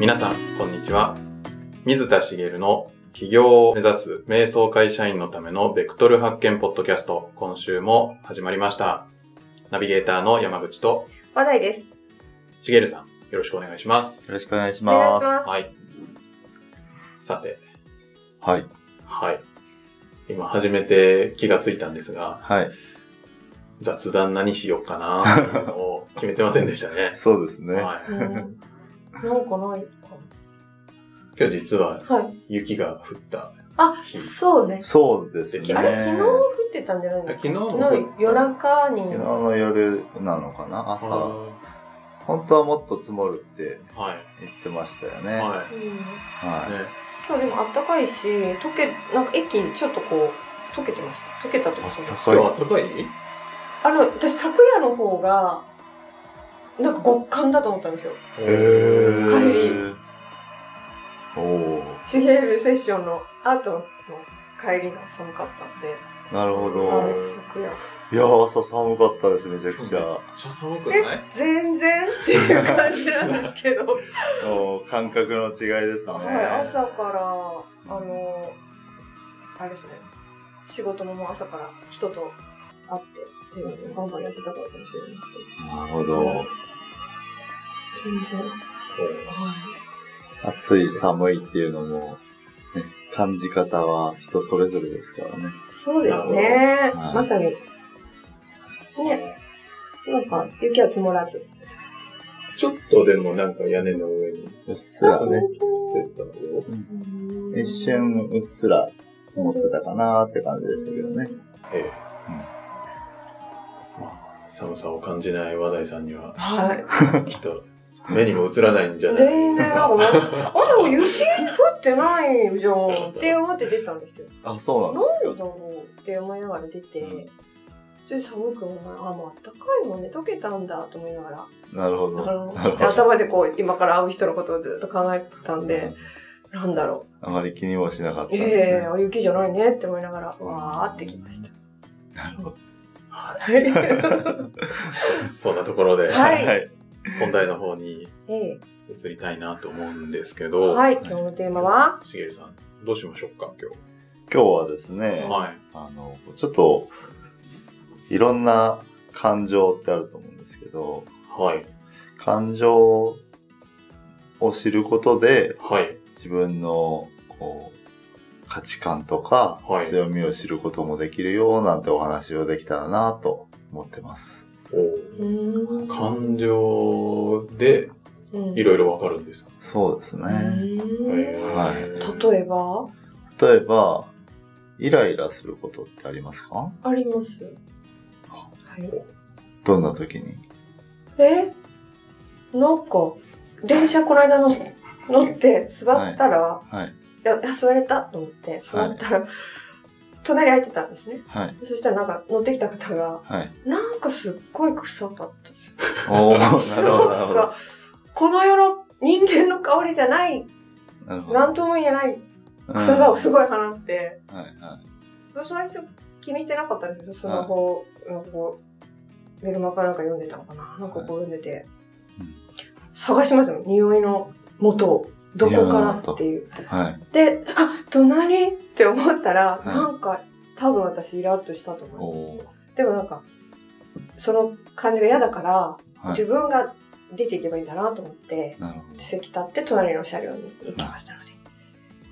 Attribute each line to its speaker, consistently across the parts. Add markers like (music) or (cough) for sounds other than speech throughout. Speaker 1: 皆さん、こんにちは。水田茂の起業を目指す瞑想会社員のためのベクトル発見ポッドキャスト、今週も始まりました。ナビゲーターの山口と
Speaker 2: 話題です。
Speaker 1: 茂さん、よろしくお願いします
Speaker 3: よ。ろしくお願いしま
Speaker 2: お願いし
Speaker 3: す。
Speaker 1: はい。さて、
Speaker 3: はい。
Speaker 1: はい。今初めて気がついたんですが、
Speaker 3: はい。
Speaker 1: 雑談何しようかなっていうのを決めてませんでしたね。
Speaker 3: (laughs) そうですね。
Speaker 1: はい。
Speaker 2: うん、なんかない
Speaker 1: 今日実は
Speaker 2: か。はい。
Speaker 1: 雪が降った。
Speaker 2: あ、そうね。
Speaker 3: そうです
Speaker 1: です
Speaker 3: ね。
Speaker 1: よ
Speaker 2: あれ、昨日
Speaker 3: 昨
Speaker 2: 降ってたんじゃないです
Speaker 1: 昨
Speaker 2: か
Speaker 1: 日
Speaker 2: 夜中に。
Speaker 3: 日の夜なのかな
Speaker 1: あ
Speaker 3: 朝。本当はもっと積もるって
Speaker 1: は
Speaker 3: 言ってましたよ
Speaker 1: い。は
Speaker 3: ね。
Speaker 1: い。
Speaker 2: うん
Speaker 3: は
Speaker 1: ね
Speaker 2: 今日でもあったかいし、溶け、なんか駅ちょっとこう、溶けてました。溶けたとかそうです
Speaker 3: あった
Speaker 1: 今
Speaker 3: かい
Speaker 1: 日は暖かい
Speaker 2: あの、私、桜の方が、なんか極寒だと思ったんですよ。
Speaker 3: い。
Speaker 1: へ
Speaker 3: へ
Speaker 2: 帰
Speaker 3: ー
Speaker 2: り。
Speaker 3: おー
Speaker 2: シゲールセッションの後の帰りが寒かったんで、
Speaker 3: なる
Speaker 1: お
Speaker 3: ほ
Speaker 2: は
Speaker 3: ど。
Speaker 2: い、桜。
Speaker 3: いやー、朝寒かったです、めちゃくち
Speaker 1: めっ
Speaker 3: ゃ。
Speaker 1: ちゃ寒くない
Speaker 2: 全然っていう感じなんですけど。
Speaker 3: おー感覚の違いですね。
Speaker 2: はい、朝から、あの、あれですね、仕事ももう朝から人と会って、っていうのを頑張りやってたからかもしれない
Speaker 3: なるほど。
Speaker 2: けど、全然、は
Speaker 3: 暑い、寒いっていうのも、ね、感じ方は人それぞれですからね。
Speaker 2: い。そうですね、
Speaker 3: はい
Speaker 2: まさに、ね、なんか雪は積もらず。
Speaker 1: ちょっとでもなんか屋根の上に
Speaker 3: うっすらね。
Speaker 1: 出たよ。
Speaker 3: 一瞬うっすら積もってたかなーって感じでしたけどね。
Speaker 1: ええ。まあ、寒さを感じない話題さんには、
Speaker 2: はい。
Speaker 1: きっと目にも映らないんじゃない
Speaker 2: 全然なんか、あれ、雪降ってないじゃんって思って出たんですよ。
Speaker 3: あ、そうなん
Speaker 2: なん
Speaker 3: で
Speaker 2: だろうって思いながら出て、
Speaker 3: うん
Speaker 2: ちょっと寒くもない、あ、もうあったかいもんね、溶けたんだと思いながら、
Speaker 3: すか。なるほど。
Speaker 2: あの頭でこう、今から会う人のことをずっと考えてたんで、なんだろ
Speaker 3: あまり気にもしなかった
Speaker 2: う、
Speaker 3: んです
Speaker 2: ええ
Speaker 3: ね。
Speaker 2: あ雪じゃないねって思いながら、わーってきました。
Speaker 3: なるほど。
Speaker 2: はい。
Speaker 1: そんなところで、
Speaker 2: はい
Speaker 3: はい。
Speaker 1: 本題の方に
Speaker 2: え
Speaker 1: 移りたいなと思うんですけ
Speaker 2: え
Speaker 1: ど、
Speaker 2: はい、今日のテーマは、
Speaker 1: しげるさん、どうしましょうか、今
Speaker 3: 今日はです
Speaker 1: 日。
Speaker 3: ね、
Speaker 1: はい。
Speaker 3: あの、ちょっと、いろんな感情ってあると思うんですけど、
Speaker 1: はい。
Speaker 3: 感情を知ることで、
Speaker 1: はい。
Speaker 3: 自分の、こう、価値観とか
Speaker 1: はい
Speaker 3: 強みを知ることもできるよなんてお話をできたらなと思ってます。
Speaker 1: お
Speaker 2: うーん
Speaker 1: 感情で
Speaker 2: うん
Speaker 1: いろいろわかるんですか、
Speaker 3: そうですね。
Speaker 2: うーん
Speaker 3: はい
Speaker 2: 例えば
Speaker 3: 例えば、イライラすることってありますか
Speaker 2: あります。はい。
Speaker 3: どんな時に
Speaker 2: えなんか、電車この間の乗って座ったら、
Speaker 3: はい。
Speaker 2: いや、座れたと思って、座ったら、隣空いてたんですね。
Speaker 3: はい。
Speaker 2: そしたらなんか乗ってきた方が、
Speaker 3: はい。
Speaker 2: なんかすっごい臭かったです。 (laughs)
Speaker 3: おー、なるほど、なるほ
Speaker 2: なん
Speaker 3: ど。
Speaker 2: かこの世の人間の香りじゃない、
Speaker 3: なるほど。
Speaker 2: なんとも言えない臭さをす
Speaker 3: ご
Speaker 2: ごい放って、
Speaker 3: い。はい、は
Speaker 2: 最初気にしてなかったんですよ。スマホ、なんかこう、メルマかなんか読んでたのかな。なんかこう読んでて
Speaker 3: うん、探
Speaker 2: 探しましたもん匂いの元を。どこからっていう。
Speaker 3: い。はい。
Speaker 2: で、あ、隣って思ったら、
Speaker 3: い
Speaker 2: なんか、多分私イラッとしたと思います。
Speaker 3: おー。
Speaker 2: でもなんか、その感じが嫌だから、
Speaker 3: は
Speaker 2: 自
Speaker 3: い。
Speaker 2: 分が出ていけばいいんだなと思って、
Speaker 3: なるほど。
Speaker 2: 席立って隣の車両に行きましたので。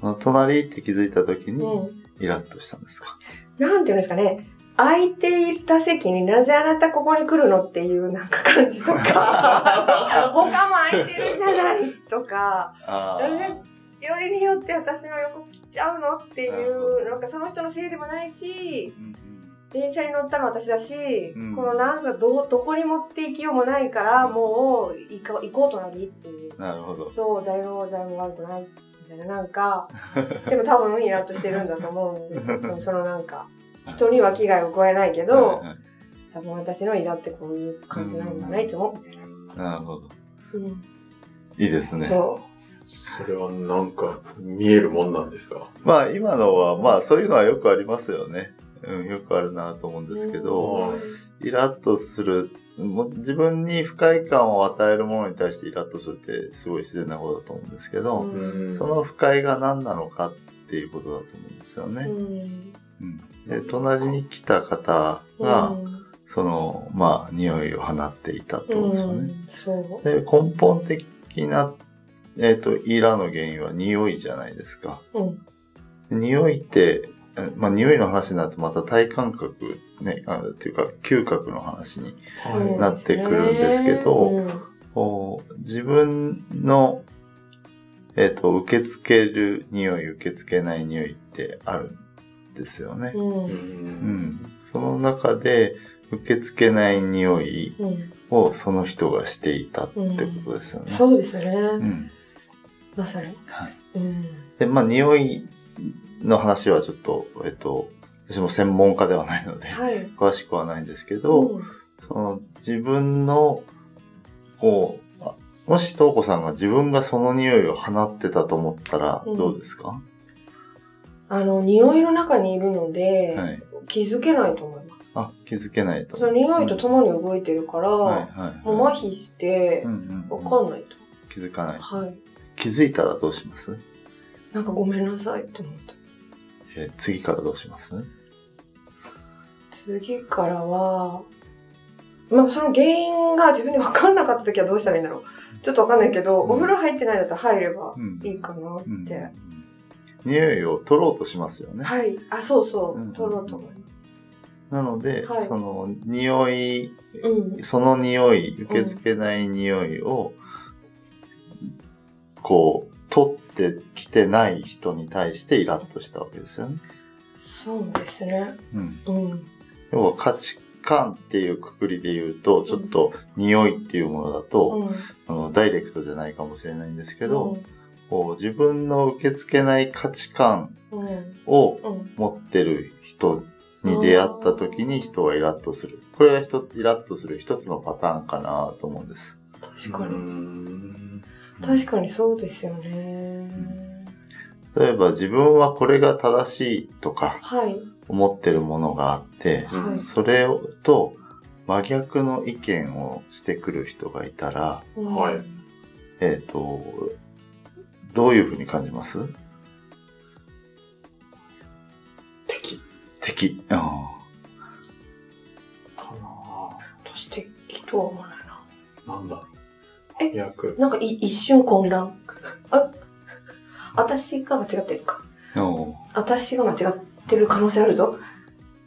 Speaker 3: その隣って気づいた時に、
Speaker 2: うん。
Speaker 3: イラッとしたんですか
Speaker 2: なんていうんですかね、空いていた席になぜあなたここに来るのっていうなんか感じと
Speaker 3: (laughs)
Speaker 2: か、他も空いてるじゃないとか、
Speaker 3: あ
Speaker 2: ーうんよりによって私の横来ちゃうのっていう、なんかその人のせいでもないし、電車に乗ったの私だし、
Speaker 3: うん
Speaker 2: このなんかどうどこに持って行きようもないからもう行こう行こうとなりっていう
Speaker 3: なるほど。
Speaker 2: そう誰も誰も悪くないみたいななん
Speaker 3: (laughs)
Speaker 2: かでも多分イラッとしてるんだと思うんですよそのなんか人には危害を加えないけど、
Speaker 3: はいはい
Speaker 2: 多分私のイラってこういう感じなんだね、
Speaker 3: うん
Speaker 2: いつもみたいな、
Speaker 3: なるほど。
Speaker 2: うん
Speaker 3: いいですね。
Speaker 2: そ
Speaker 1: それはなんか見えるもんなんですか
Speaker 3: まあ、今のは、まあ、そういうのはよくありますよね。うん、よくあるなと思うんですけど、
Speaker 1: お
Speaker 3: イラッとする、もう自分に不快感を与えるものに対してイラッとするってすごい自然なことだと思うんですけど、
Speaker 1: うん
Speaker 3: その不快が何なのかっていうことだと思うんですよね。
Speaker 2: うん
Speaker 3: うん、で隣に来た方が、そのまあ匂いを放っていたってことですよね。
Speaker 2: うんそう
Speaker 3: で根本的な、えー、とイラの原因は匂いじゃないですか。
Speaker 2: うん
Speaker 3: 匂いって、えまあ、匂いの話になるとまた体感覚、ね、あっていうか嗅覚の話に
Speaker 2: そうですね
Speaker 3: なってくるんですけど
Speaker 2: うん
Speaker 3: こう自分の、えー、と受け付ける匂い受け付けない匂いってあるんですよね。
Speaker 2: う
Speaker 1: うん
Speaker 3: うんん、その中で受け付けない匂い
Speaker 2: うん
Speaker 3: をその人がしていたってことですよね。
Speaker 2: そうですね、
Speaker 3: うん
Speaker 2: まさに、
Speaker 3: はい
Speaker 2: うん
Speaker 3: で、まあ、匂いの話はちょっと、えっと、私も専門家ではないので、
Speaker 2: はい
Speaker 3: 詳しくはないんですけど、
Speaker 2: うん
Speaker 3: その自分の、こう、あもし、とうこさんが自分がその匂いを放ってたと思ったら、
Speaker 2: うん
Speaker 3: どうですか、
Speaker 2: あの匂いの中にいるので、
Speaker 3: はい。
Speaker 2: 気づけないと思います
Speaker 3: あ、気づけないと。
Speaker 2: その匂いと共に動いてるから、
Speaker 3: うんはいはいはい。
Speaker 2: もう麻痺して
Speaker 3: うんうんうん
Speaker 2: わかんないと、
Speaker 3: 気づかない。
Speaker 2: はい
Speaker 3: 気づいたらどうします
Speaker 2: なんかごめんなさいって思った
Speaker 3: えー次からどうします
Speaker 2: 次からは、まあ、その原因が自分で分かんなかった時はどうしたらいいんだろうちょっと分かんないけど、
Speaker 3: うん
Speaker 2: お風呂入ってないだったら入れば
Speaker 3: うん
Speaker 2: いいかなって、
Speaker 3: うん匂いを取ろうとしますよね。
Speaker 2: はいあそうそう、
Speaker 3: うん
Speaker 2: 取ろうと思います
Speaker 3: なので、
Speaker 2: はい
Speaker 3: その匂い、
Speaker 2: うん
Speaker 3: その匂い、受け付けない匂いを、こう、取ってきてない人に対してイラッとしたわけですよね。
Speaker 2: そうですね
Speaker 3: うん、
Speaker 2: うん
Speaker 3: 要は価値観っていうくくりで言うと、ちょっと匂いっていうものだと、
Speaker 2: うん
Speaker 3: あのダイレクトじゃないかもしれないんですけど、こう自分の受け付けない価値観
Speaker 2: うんうん
Speaker 3: を
Speaker 2: うん
Speaker 3: 持ってる人に出会った時に人はイラッとする。これが人イラッとする一つのパターンかなと思うんです。
Speaker 2: 確か
Speaker 1: う
Speaker 2: に、
Speaker 1: ん
Speaker 2: 確かにそうですよね、
Speaker 3: 例えば自分はこれが正しいとか
Speaker 2: はい
Speaker 3: 思ってるものがあって、
Speaker 2: はい
Speaker 3: それと真逆の意見をしてくる人がいたら、
Speaker 2: うん
Speaker 1: はい
Speaker 3: えっ、と、どういうふうに感じます
Speaker 1: 敵
Speaker 3: 敵。あ
Speaker 1: かな
Speaker 2: 私的とは思わないな
Speaker 1: なんだろう
Speaker 2: え
Speaker 1: 役
Speaker 2: なんかい一瞬混乱あ私が間違ってるか
Speaker 3: ーうん
Speaker 2: 私が間違ってる可能性あるぞ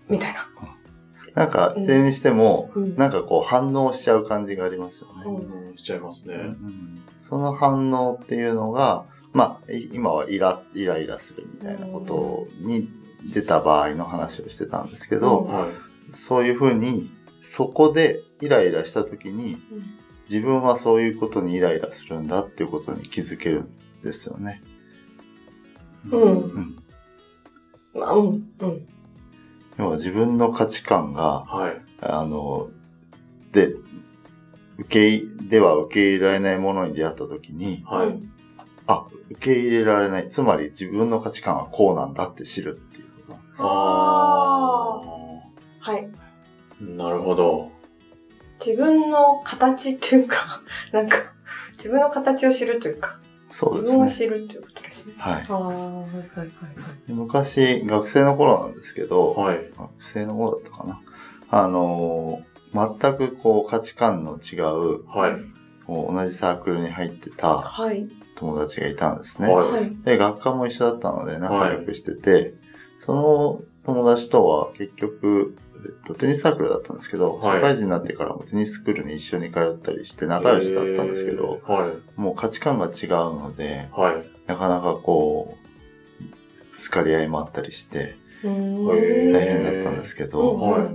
Speaker 2: みたいな。
Speaker 3: なんか、いずれにしても、
Speaker 2: うん
Speaker 3: なんかこう反応しちゃう感じがありますよね。
Speaker 1: うんしちゃいますね。
Speaker 3: その反応っていうのが、まあ、い今はイライライラするみたいなことに出た場合の話をしてたんですけど、
Speaker 1: はい。
Speaker 3: そういうふうにそこでイライラした時に
Speaker 2: うん
Speaker 3: 自分はそういうことにイライラするんだっていうことに気づけるんですよね。
Speaker 2: うん
Speaker 3: うん、
Speaker 2: まあ、うん、うん。
Speaker 3: 要は自分の価値観が
Speaker 1: はい。
Speaker 3: あので受け入では受け入れられないものに出会った時に、
Speaker 1: はい。
Speaker 3: あ、受け入れられない。つまり自分の価値観はこうなんだって知るっていうことなんです。
Speaker 1: あ
Speaker 2: はい。
Speaker 1: あ。なるほど。
Speaker 2: 自分の形っていうか、 (laughs) なんか、自分の形を知るというか、
Speaker 3: そう
Speaker 2: 自
Speaker 3: です
Speaker 2: 分を
Speaker 3: ね。
Speaker 2: 知るということですね。
Speaker 3: はい。
Speaker 2: ああ、はいはいはい。
Speaker 3: 昔、学生の頃なんですけど、
Speaker 1: はい。
Speaker 3: 学生の頃だったかな。あのー全くこう価値観の違う、
Speaker 1: はい。
Speaker 3: こう同じサークルに入ってた
Speaker 2: はい。
Speaker 3: 友達がいたんですね。
Speaker 1: はい
Speaker 2: はい。
Speaker 3: で、学科も一緒だったので仲良くしてて、その友達とは結局、えっとテニスサークルだったんですけど、
Speaker 1: はい
Speaker 3: 社会人になってからもテニススクールに一緒に通ったりして仲良しだったんですけど、
Speaker 1: えーはい。
Speaker 3: もう価値観が違うので、
Speaker 1: はい。
Speaker 3: なかなかこう、ぶつかり合いもあったりして、
Speaker 2: うーん
Speaker 1: へー
Speaker 3: 大変だったんですけ
Speaker 2: うん
Speaker 3: ど、
Speaker 1: はい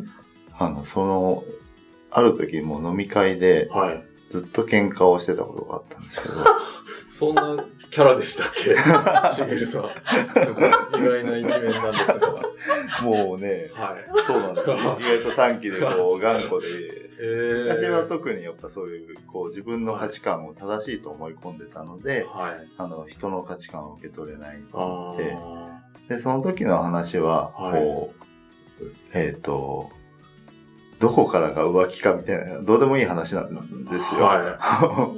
Speaker 3: あの、その、ある時もう飲み会で
Speaker 1: はい。
Speaker 3: ずっと喧嘩をしてたことがあったんですけど、
Speaker 1: (laughs) そんなキャラでしたっけしげるさん。なんか意外な一面なんですが。は
Speaker 3: もうね、
Speaker 1: い。
Speaker 3: そうなんですよ。意外と短期でこう、頑固で、
Speaker 1: えー、
Speaker 3: 私は特にやっぱそういうこう自分の価値観を正しいと思い込んでたので、
Speaker 1: はい。
Speaker 3: あの人の価値観を受け取れないと
Speaker 1: あ
Speaker 3: 思って
Speaker 1: ー
Speaker 3: でその時の話は
Speaker 1: はい
Speaker 3: こう、えっ、と、どこからが浮気かみたいな、どうでもいい話なんですよ。
Speaker 1: は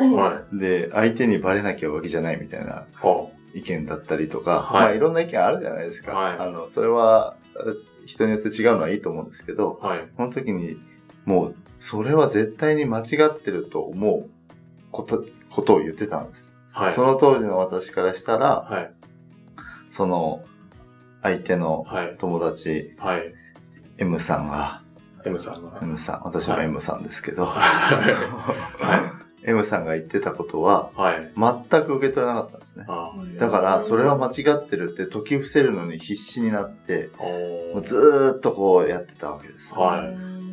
Speaker 2: うん
Speaker 1: い。 (laughs) はい。
Speaker 3: で、相手にバレなきゃ浮気じゃないみたいな
Speaker 1: ほ
Speaker 3: 意見だったりとか、
Speaker 1: はい
Speaker 3: まあいろんな意見あるじゃないですか。
Speaker 1: はい
Speaker 3: あの、それはえ人によって違うのはいいと思うんですけど、
Speaker 1: う。はい。
Speaker 3: その時に、もう、それは絶対に間違ってると思うこと、ことを言ってたんです。
Speaker 1: はい。
Speaker 3: その当時の私からしたら、
Speaker 1: はい。
Speaker 3: その、相手の
Speaker 1: はい。
Speaker 3: 友達、
Speaker 1: はい。
Speaker 3: M さんが、
Speaker 1: M さんが。
Speaker 3: M さん、私も
Speaker 1: はい
Speaker 3: M さんですけど、 (laughs)
Speaker 1: は
Speaker 3: M さんが言ってたことは、
Speaker 1: い。はい。
Speaker 3: 全く受け取れなかったんですね。
Speaker 1: あ
Speaker 3: だから、それは間違ってるって解き伏せるのに必死になって、
Speaker 1: あ。お
Speaker 3: もう
Speaker 1: ー
Speaker 3: ずーっとこうやってたわけです。
Speaker 1: は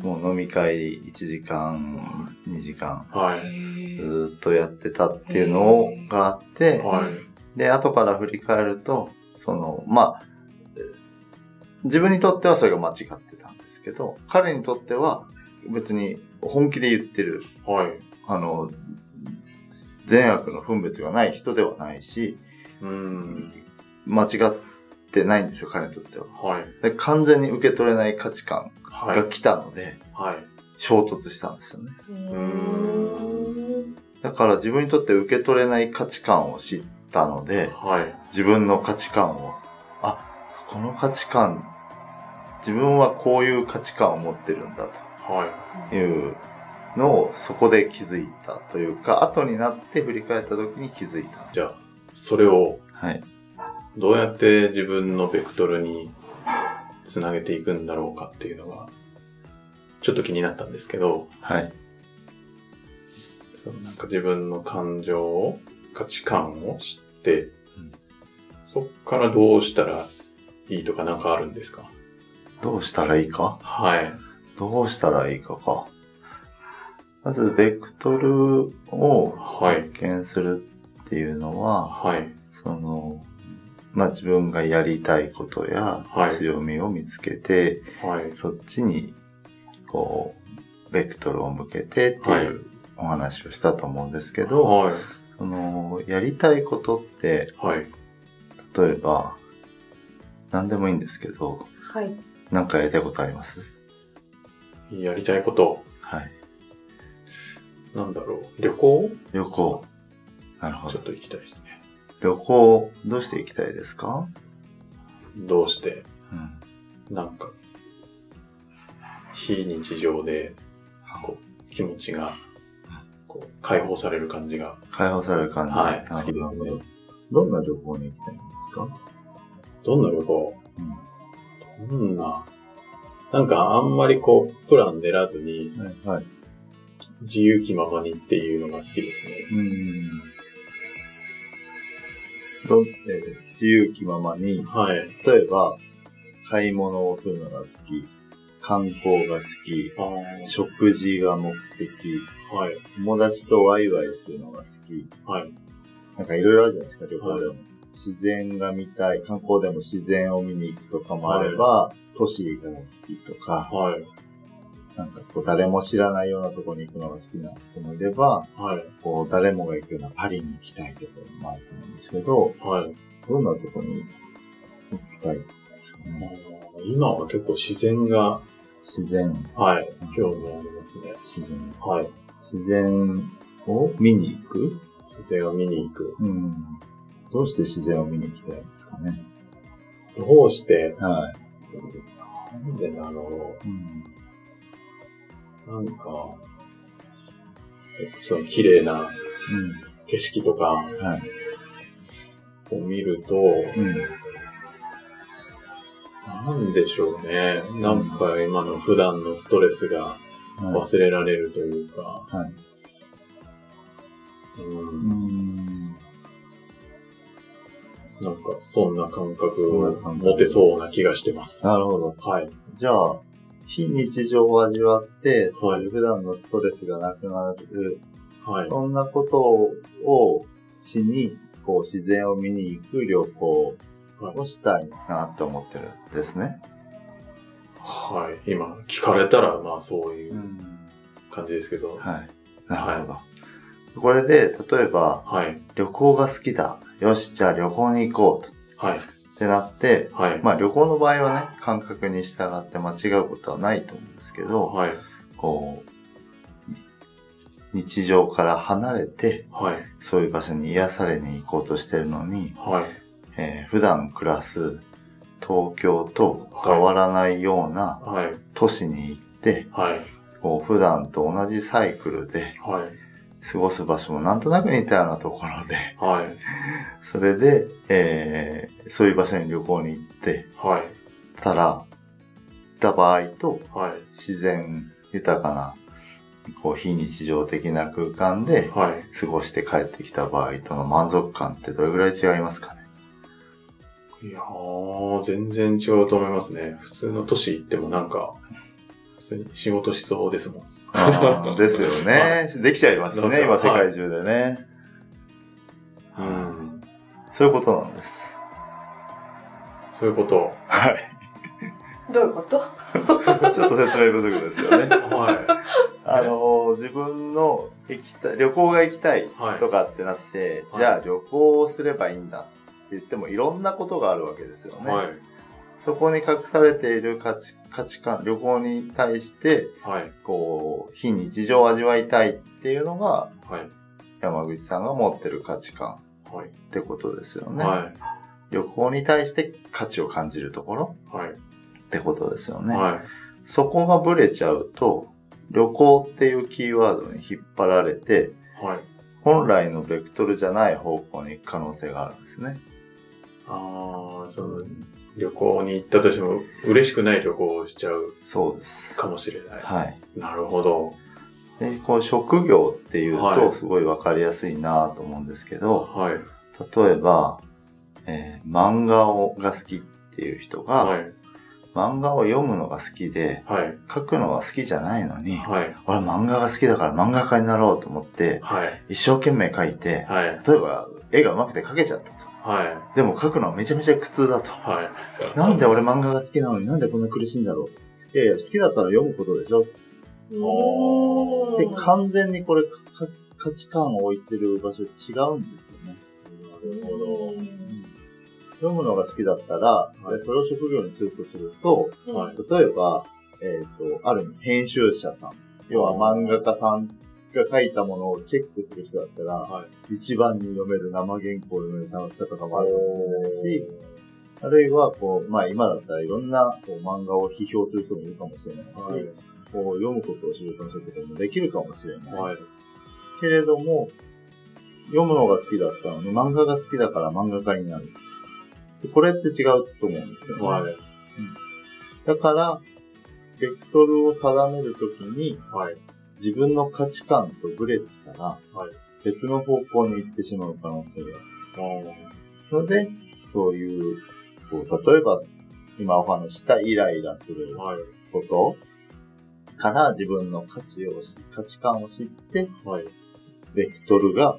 Speaker 3: もう飲み会1時間、2時間、
Speaker 1: はい。
Speaker 3: ずーっとやってたっていうのを
Speaker 2: へー
Speaker 3: があって、
Speaker 1: はい。
Speaker 3: で、後から振り返ると、その、まあ、自分にとってはそれが間違ってたんですけど、彼にとっては別に本気で言ってる、
Speaker 1: はい。
Speaker 3: あの、善悪の分別がない人ではないし、
Speaker 1: うん。
Speaker 3: 間違ってないんですよ、彼にとっては。
Speaker 1: はい。
Speaker 3: で完全に受け取れない価値観
Speaker 1: は
Speaker 3: が
Speaker 1: い。
Speaker 3: 来たので、
Speaker 1: はい。
Speaker 3: 衝突したんですよね。
Speaker 1: ん
Speaker 3: だから自分にとって受け取れない価値観を知ったので、
Speaker 1: はい。
Speaker 3: 自分の価値観を、あ、この価値観、自分はこういう価値観を持ってるんだ
Speaker 1: は
Speaker 3: というのをそこで気づいたというか、後になって振り返った時に気づいた
Speaker 1: い。。じゃあ、それを
Speaker 3: はい。
Speaker 1: どうやって自分のベクトルにつなげていくんだろうかっていうのが、ちょっと気になったんですけど、
Speaker 3: はい。
Speaker 1: そのなんか自分の感情を、価値観を知って、そっからどうしたらいいとかなんかあるんですか
Speaker 3: どうしたらいいか
Speaker 1: はい。
Speaker 3: どうしたらいいかか。まず、ベクトルを
Speaker 1: はい。
Speaker 3: 発見するっていうのは、
Speaker 1: はい。
Speaker 3: その、まあ、自分がやりたいことや
Speaker 1: はい
Speaker 3: 強みを見つけて、
Speaker 1: はい。
Speaker 3: そっちに、こう、ベクトルを向けてって
Speaker 1: はいいう
Speaker 3: お話をしたと思うんですけど、
Speaker 1: はい。
Speaker 3: その、やりたいことって、
Speaker 1: はい。
Speaker 3: 例えば、何でもいいんですけど、
Speaker 2: はい。
Speaker 3: 何かやりたいことあります
Speaker 1: やりたいこと、
Speaker 3: はい。
Speaker 1: なんだろう。旅行
Speaker 3: 旅行。なるほ
Speaker 1: ちょ
Speaker 3: ど
Speaker 1: っ。と行きたいですね。
Speaker 3: 旅行、どうして行きたいですか
Speaker 1: どうして、
Speaker 3: うん。
Speaker 1: なんか、非日常で、こう、気持ちが、こう、解放される感じが、
Speaker 3: 解放される感じ。
Speaker 1: はい
Speaker 3: なるほど
Speaker 1: 好きですね。
Speaker 3: どんな旅行に行きたいんですか
Speaker 1: どんな旅行
Speaker 3: うん
Speaker 1: どんな、なんかあんまりこう、プラン練らずに、
Speaker 3: はいはい。
Speaker 1: 自由気ままにっていうのが好きですね。
Speaker 3: うん。どえー自由気ままに、
Speaker 1: はい。
Speaker 3: 例えば、買い物をするのが好き、観光が好き、
Speaker 1: あー
Speaker 3: 食事が目的、
Speaker 1: はい。
Speaker 3: 友達とワイワイするのが好き、
Speaker 1: はい。
Speaker 3: なんかいろいろあるじゃないですか、旅行でも。自然が見たい、観光でも自然を見に行くとかもあれば、都市が好きとか、
Speaker 1: はい。
Speaker 3: なんかこう誰も知らないようなところに行くのが好きな人もいれば、
Speaker 1: はい。
Speaker 3: こう、誰もが行くようなパリに行きたいところもあると思うんですけど、
Speaker 1: はい。
Speaker 3: どんなところに行きたいですか
Speaker 1: あ
Speaker 3: ね。
Speaker 1: ー今は結構自然が、
Speaker 3: 自然、
Speaker 1: はい。興味ありますね。
Speaker 3: 自然。
Speaker 1: はい。
Speaker 3: 自然を見に行く
Speaker 1: 自然を見に行く。
Speaker 3: うん。どうして自然を見に行きたいんですかね。
Speaker 1: どうして、
Speaker 3: は
Speaker 1: なんでだろ
Speaker 3: い。うん。
Speaker 1: う。なんか、えその綺麗な景色とか
Speaker 3: うん。はい。
Speaker 1: を見ると、
Speaker 3: うん。
Speaker 1: なんでしょうね。なんか今の普段のストレスが
Speaker 3: はい。
Speaker 1: 忘れられるというか。
Speaker 3: はい。
Speaker 1: う、
Speaker 3: うんん。
Speaker 1: なんかそんな感覚
Speaker 3: そ
Speaker 1: を
Speaker 3: んな感覚
Speaker 1: 持てそうな気がしてます。
Speaker 3: なるほど。
Speaker 1: はい。
Speaker 3: じゃあ、非日常を味わって、そう
Speaker 1: はい
Speaker 3: いう普段のストレスがなくなる
Speaker 1: はい。
Speaker 3: そんなことをしに、こう自然を見に行く旅行をしたいなって思ってるんですね。
Speaker 1: はい。今聞かれたら、まあそういう感じですけど。
Speaker 3: はい。なるほど。これで、例えば、
Speaker 1: はい。
Speaker 3: 旅行が好きだ。よし、じゃあ旅行に行こう
Speaker 1: はい。
Speaker 3: ってなって、
Speaker 1: はい。
Speaker 3: まあ旅行の場合はね、感覚に従って間違うことはないと思うんですけど、
Speaker 1: はい。
Speaker 3: こう、日常から離れて、
Speaker 1: はい。
Speaker 3: そういう場所に癒されに行こうとしてるのに、
Speaker 1: はい。
Speaker 3: えー普段暮らす東京と変わらないような
Speaker 1: はい。
Speaker 3: 都市に行って、
Speaker 1: はい。
Speaker 3: こう普段と同じサイクルで
Speaker 1: はい。
Speaker 3: 過ごす場所もなんとなく似たようなところで、 (laughs)
Speaker 1: はい。
Speaker 3: それで、えーそういう場所に旅行に行って
Speaker 1: はい。
Speaker 3: たら、行った場合と
Speaker 1: はい。
Speaker 3: 自然豊かな、こう非日常的な空間で
Speaker 1: はい。
Speaker 3: 過ごして帰ってきた場合との満足感ってどれぐらい違いますか
Speaker 1: (laughs)
Speaker 3: ね
Speaker 1: いやー、全然違うと思いますね。普通の都市行ってもなんか、普通に仕事しそうですもん。
Speaker 3: あーですよ
Speaker 1: は
Speaker 3: ね。できちゃいますしね、
Speaker 1: は
Speaker 3: 今
Speaker 1: い
Speaker 3: 世界中でね。
Speaker 1: うん。
Speaker 3: そういうことなんです。 (laughs)
Speaker 1: そういうこと。
Speaker 3: はい。
Speaker 2: どういうこと
Speaker 3: ちょっと説明不足ですよね。
Speaker 1: は
Speaker 3: あのー自分の行きたい旅行が行きたい
Speaker 1: い。はい。
Speaker 3: とかってなって、
Speaker 1: はい
Speaker 3: じゃあ旅行をすればいいんだって言ってもいろんなことがあるわけですよね。
Speaker 1: はい。
Speaker 3: そこに隠されている価値価値観、旅行に対して、
Speaker 1: はい。
Speaker 3: こう、非日常を味わいたいっていうのが
Speaker 1: はい。
Speaker 3: 山口さんが持ってる価値観
Speaker 1: はい。
Speaker 3: ってことですよね。
Speaker 1: は
Speaker 3: 旅行に対して価値を感じるところ
Speaker 1: い。はい。
Speaker 3: ってことですよね。
Speaker 1: は
Speaker 3: そこがブレちゃうと、旅行っていうキーワードに引っ張られて、
Speaker 1: い。はい。
Speaker 3: 本来のベクトルじゃない方向に行く可能性があるんですね。
Speaker 1: ああ、その、旅行に行ったとしても、嬉しくない旅行をしちゃう
Speaker 3: そうです。
Speaker 1: かもしれない。
Speaker 3: はい。
Speaker 1: なるほど。
Speaker 3: で、こう職業っていう
Speaker 1: はい
Speaker 3: とすごいわかりやすいなと思うんですけど、
Speaker 1: はい。
Speaker 3: 例えば、えー漫画をが好きっていう人が、
Speaker 1: はい。
Speaker 3: 漫画を読むのが好きで、
Speaker 1: はい。
Speaker 3: 書くのが好きじゃないのに、
Speaker 1: はい。
Speaker 3: 俺漫画が好きだから漫画家になろうと思って、
Speaker 1: はい。
Speaker 3: 一生懸命書いて、
Speaker 1: はい。
Speaker 3: 例えば絵が上手くて描けちゃったと。
Speaker 1: はい。
Speaker 3: でも書くのはめちゃめちゃ苦痛だと。
Speaker 1: はい。
Speaker 3: なんで俺漫画が好きなのになんでこんな苦しいんだろう。いやいや、好きだったら読むことでしょ。
Speaker 1: お
Speaker 3: で
Speaker 2: う、ん
Speaker 3: 完全にこれ、か価値観を置いてる場所違うんですよね。
Speaker 1: なるほど。
Speaker 3: 読むのが好きだったら、
Speaker 1: い
Speaker 3: でそれを職業にするとすると、
Speaker 2: うん
Speaker 1: はい
Speaker 3: 例えば、えっ、と、ある編集者さん、要は漫画家さんが書いたものをチェックする人だったら、
Speaker 1: は
Speaker 3: 一番に読める生原稿を読める楽しさとかもあるかもしれないし、あるいは、こう、まあ今だったらいろんなこう漫画を批評する人もいるかもしれないし、
Speaker 1: はい。
Speaker 3: こう読むことを知る楽しみとかもできるかもしれない。
Speaker 1: はい。
Speaker 3: けれども、読むのが好きだったのに、漫画が好きだから漫画家になる。でこれって違うと思うんですよね。
Speaker 1: はい。
Speaker 3: だから、ベクトルを定めるときに、
Speaker 1: はい。
Speaker 3: 自分の価値観とブレてたら、
Speaker 1: はい
Speaker 3: 別の方向に行ってしまう可能性がある。ので、そういう、こう例えば、今お話ししたイライラする
Speaker 1: はい。
Speaker 3: ことから自分の価値をし、価値観を知って、
Speaker 1: はい。
Speaker 3: ベクトルが、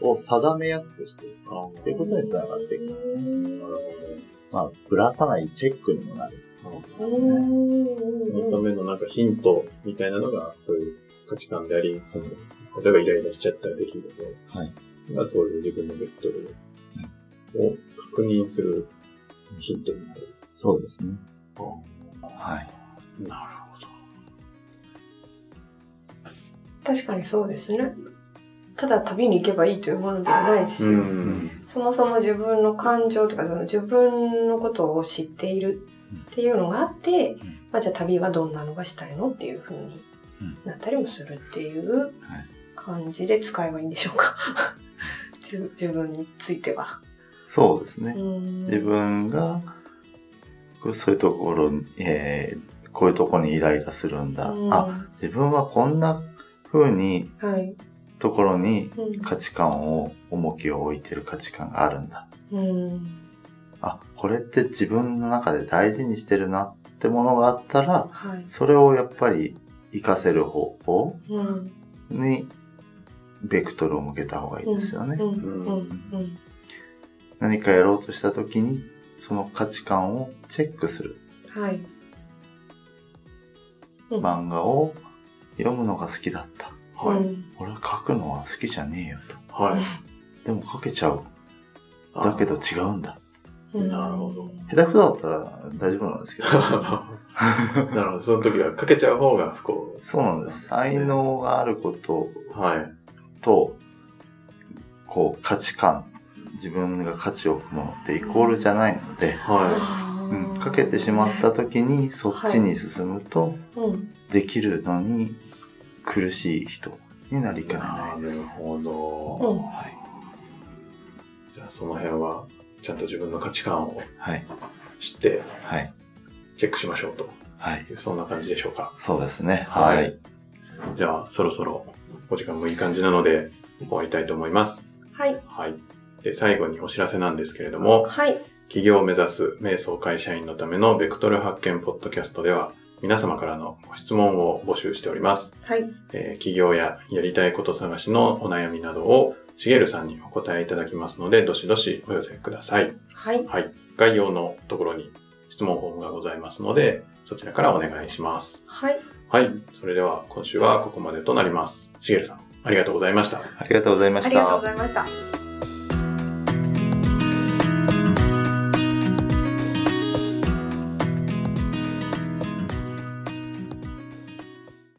Speaker 3: を定めやすくしていく。
Speaker 1: あ
Speaker 3: ということにつながっていきます。
Speaker 2: うん
Speaker 3: まあ、ぶらさないチェックにもなる。
Speaker 1: そのためのなんかヒントみたいなのが、そういう価値観であり、その、例えばイライラしちゃったらできること。
Speaker 3: はい。
Speaker 1: が、そういう自分のベクトルを確認するヒントになる。
Speaker 3: そうですね。はい。
Speaker 1: なる
Speaker 2: 確かにそうですね。ただ旅に行けばいいというものではないし、
Speaker 1: うん。
Speaker 2: そもそも自分の感情とか、その自分のことを知っているっていうのがあって、
Speaker 3: ん
Speaker 2: まあじゃあ旅はどんなのがしたいのっていうふうに
Speaker 3: うん
Speaker 2: なったりもするっていう
Speaker 3: はい
Speaker 2: 感じで使えばいいんでしょうか。 (laughs) 自自分については。
Speaker 3: そうですね。
Speaker 2: 自
Speaker 3: 自分が、そういうところに、えーこういうところにイライラするんだ。あ、自分はこんな風に、
Speaker 2: はい。
Speaker 3: ところに
Speaker 2: うん
Speaker 3: 価値観を、重きを置いてる価値観があるんだ。
Speaker 2: うん。
Speaker 3: あ、これって自分の中で大事にしてるなってものがあったら、
Speaker 2: はい。
Speaker 3: それをやっぱり活かせる方向
Speaker 2: うん。
Speaker 3: にベクトルを向けた方がいいですよね。
Speaker 2: うん。うん。うん。
Speaker 3: 何かやろうとした時に、その価値観をチェックする。
Speaker 2: はい。うん
Speaker 3: 漫画を読むのが好きだった。
Speaker 1: は
Speaker 2: う
Speaker 1: い。
Speaker 2: ん
Speaker 3: 俺は書くのは好きじゃねえよと。
Speaker 1: はい。
Speaker 3: でも書けちゃう。だけど違うんだ。
Speaker 2: うん
Speaker 1: なるほど。。
Speaker 3: 下手くそだったら大丈夫なんです (laughs) けど
Speaker 1: (laughs) なるほど。その時はかけちゃう方が不幸。
Speaker 3: そうなんで
Speaker 1: そうです
Speaker 3: す。才
Speaker 1: ね
Speaker 3: 能があること
Speaker 1: はい。
Speaker 3: と、こう、価値観、自分が価値を置くものってイコールじゃないので、
Speaker 1: は
Speaker 3: うん、かけてしまった時にそっちに進むと、
Speaker 2: うん。
Speaker 3: できるのに苦しい人になり
Speaker 1: い。
Speaker 3: か
Speaker 1: な
Speaker 3: ねないで
Speaker 1: る
Speaker 3: す。
Speaker 1: ほど。
Speaker 2: うん。
Speaker 3: はい。
Speaker 1: じゃあその辺は、ちゃんと自分の価値観を
Speaker 3: はい。
Speaker 1: 知って、
Speaker 3: はい。
Speaker 1: チェックしましょうと
Speaker 3: はい。
Speaker 1: いう、そんな感じでしょうか。
Speaker 3: そうですね。
Speaker 1: は
Speaker 3: はいい。
Speaker 1: じゃあ、そろそろお時間もいい感じなので、終わりたいと思います。
Speaker 2: はい。
Speaker 1: はい。で、最後にお知らせなんですけれども、
Speaker 2: はい。
Speaker 1: 企業を目指す瞑想会社員のためのベクトル発見ポッドキャストでは、皆様からのご質問を募集しております。
Speaker 2: はい。
Speaker 1: えー企業ややりたいこと探しのお悩みなどを、しげるさんにお答えいただきますので、どしどしお寄せください。
Speaker 2: はい。
Speaker 1: はい。概要のところに質問フォームがございますので、そちらからお願いします。
Speaker 2: はい。
Speaker 1: はい。それでは今週はここまでとなります。しげるさん、ありがとうございました。
Speaker 3: ありがとうございま
Speaker 2: あ
Speaker 3: し
Speaker 2: りがとう
Speaker 3: た
Speaker 2: ご。ざいました。